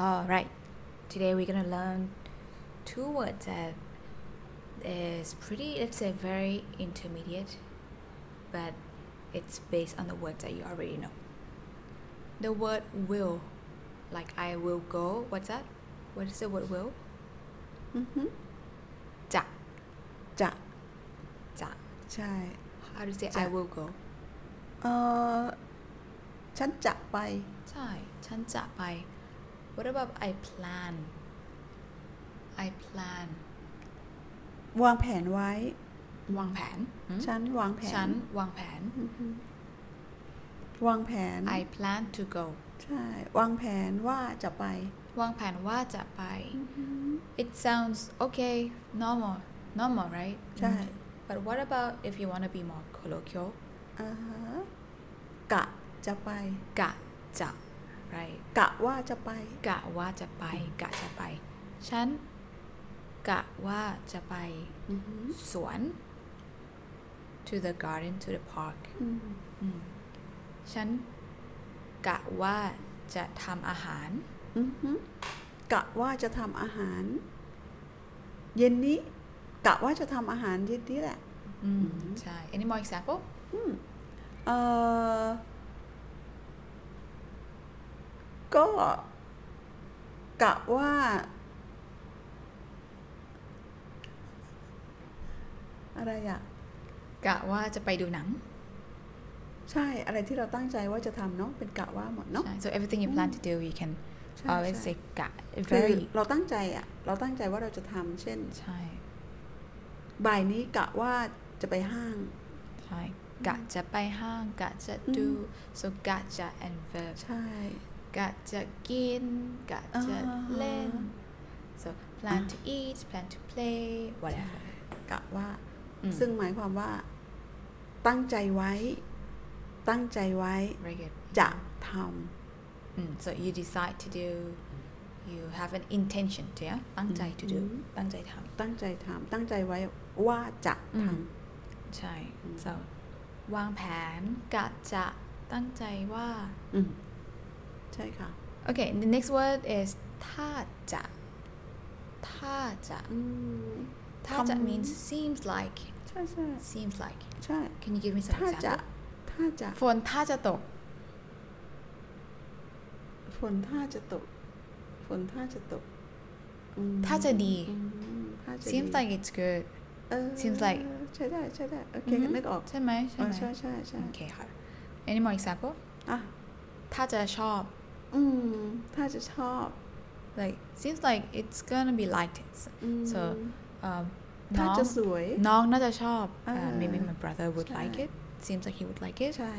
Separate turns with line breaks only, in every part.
All right. Today we're gonna learn two words that is pretty. It's a very intermediate, but it's based on the words that you already know. The word will, like I will go. What's that? What is the word will?
Mhm.
จะ
จะ
จะ
ใช่
How do you say
จะ
I will go?
เออฉันจะไป
ใช่ฉันจะไป What about I plan? I plan
วางแผนไว้
วางแผนหืม
ฉันวางแผน
ฉันวางแผน
อือฮึวางแผน
I plan to go
ใช่ วางแผนว่าจะไป
วางแผนว่าจะไป It sounds okay normal normal right
ใช่
But what about if you want to be more colloquial
อ่าฮะกะจะไป
กะจะ right
กะว่าจะไป
กะว่าจะไป กะจะไป ฉัน กะว่าจะไป
อือฮึ
สวน to the garden to the park
อืม
อืมฉันกะว่าจะทำอาหาร
อือฮึกะว่าจะทำอาหาร เย็นนี้ กะว่าจะทำอาหารเย็นนี้แหละ
อืม ใช่ Mm, any more example
อืมเออก็กะว่า อะไรอะ
กะว่าจะไปดูหนัง
ใช่อะไรที่เราตั้งใจว่าจะทำเนาะเป็นกะว่าหมดเนาะ
ใช่ so everything you plan to do you can
ใช่
always
ใช่
say กะ
คือ
very
เราตั้งใจอะเราตั้งใจว่าเราจะทำเช่น
ใช่
บ่ายนี้กะว่าจะไปห้าง
ใช่กะจะไปห้างกะจะดู so กะจะ and verb
ใช่
กะจะกินกะจะเล่น
อ่า
so plan to eat plan to play whatever Mm,
กะว่า
อืม
ซึ่งหมายความว่า ตั้งใจไว้ ตั้งใจไว้
very good
จะทำ
อืม so you decide to do you have an intention to yeah ตั้งใจ to do
อืม
ตั้งใจทำ
ตั้งใจทำตั้งใจไว้ว่าจะ
อื
ท
ม ใช่ so วางแผนกะจะตั้งใจว่า
ำอืมใช่ค่ะ
Okay, the next word is ถ้าจะถ้าจะ
อืม
ถ้าจะ
ทำ
means seems like
ใช่ใช่
seems like
ใช่
Can you give me some
ถ้าจะ
example?
ถ้าจะ
ฝนถ้าจะตก
ฝนถ้าจะตก ฝนถ้าจะตกอืม
ถ้าจะดี
อืมถ้าจะดี
seems like it's good
เออ
seems like
ใช่ได้ใช่ได้โอเค
อือฮึ
นึกออก Oh,
ใช่ไหม
เออ
ใช่ไหม
ใช่ใช่ใช่
โอเคค่ะ Any more example?
อ่ะ
ถ้าจะชอบ
อืมถ้าจะชอบ
like seems like it's gonna be liked So-
อืม
so um
ถ้าจะส
น้อง
วย
น้องน่าจะชอบ uh,
อ่า
maybe my brother would
ใช่
like it seems like he would like it
ใช่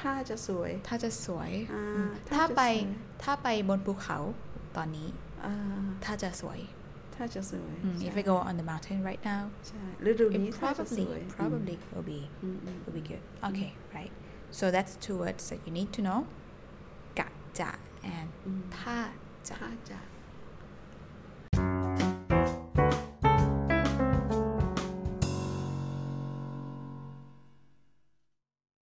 ถ้าจะสวย
ถ้าจะสวย
อ่า
อืม
ถ้า
ถ้า
จะ
ไป
สวย
ถ้าไปบนภูเขาตอนนี้
อ่า
ถ้าจะสวย
ถ้าจะสวย
อืม
ใช่
if I go on the mountain right now
ใช่ฤดู
it
นี้ถ้าจะส
probably
วย
probably will be
อืมอืม
will be good okay right so that's two words that you need to know กะจะ and
อืม
ถ้าจะ
ถ้าจะ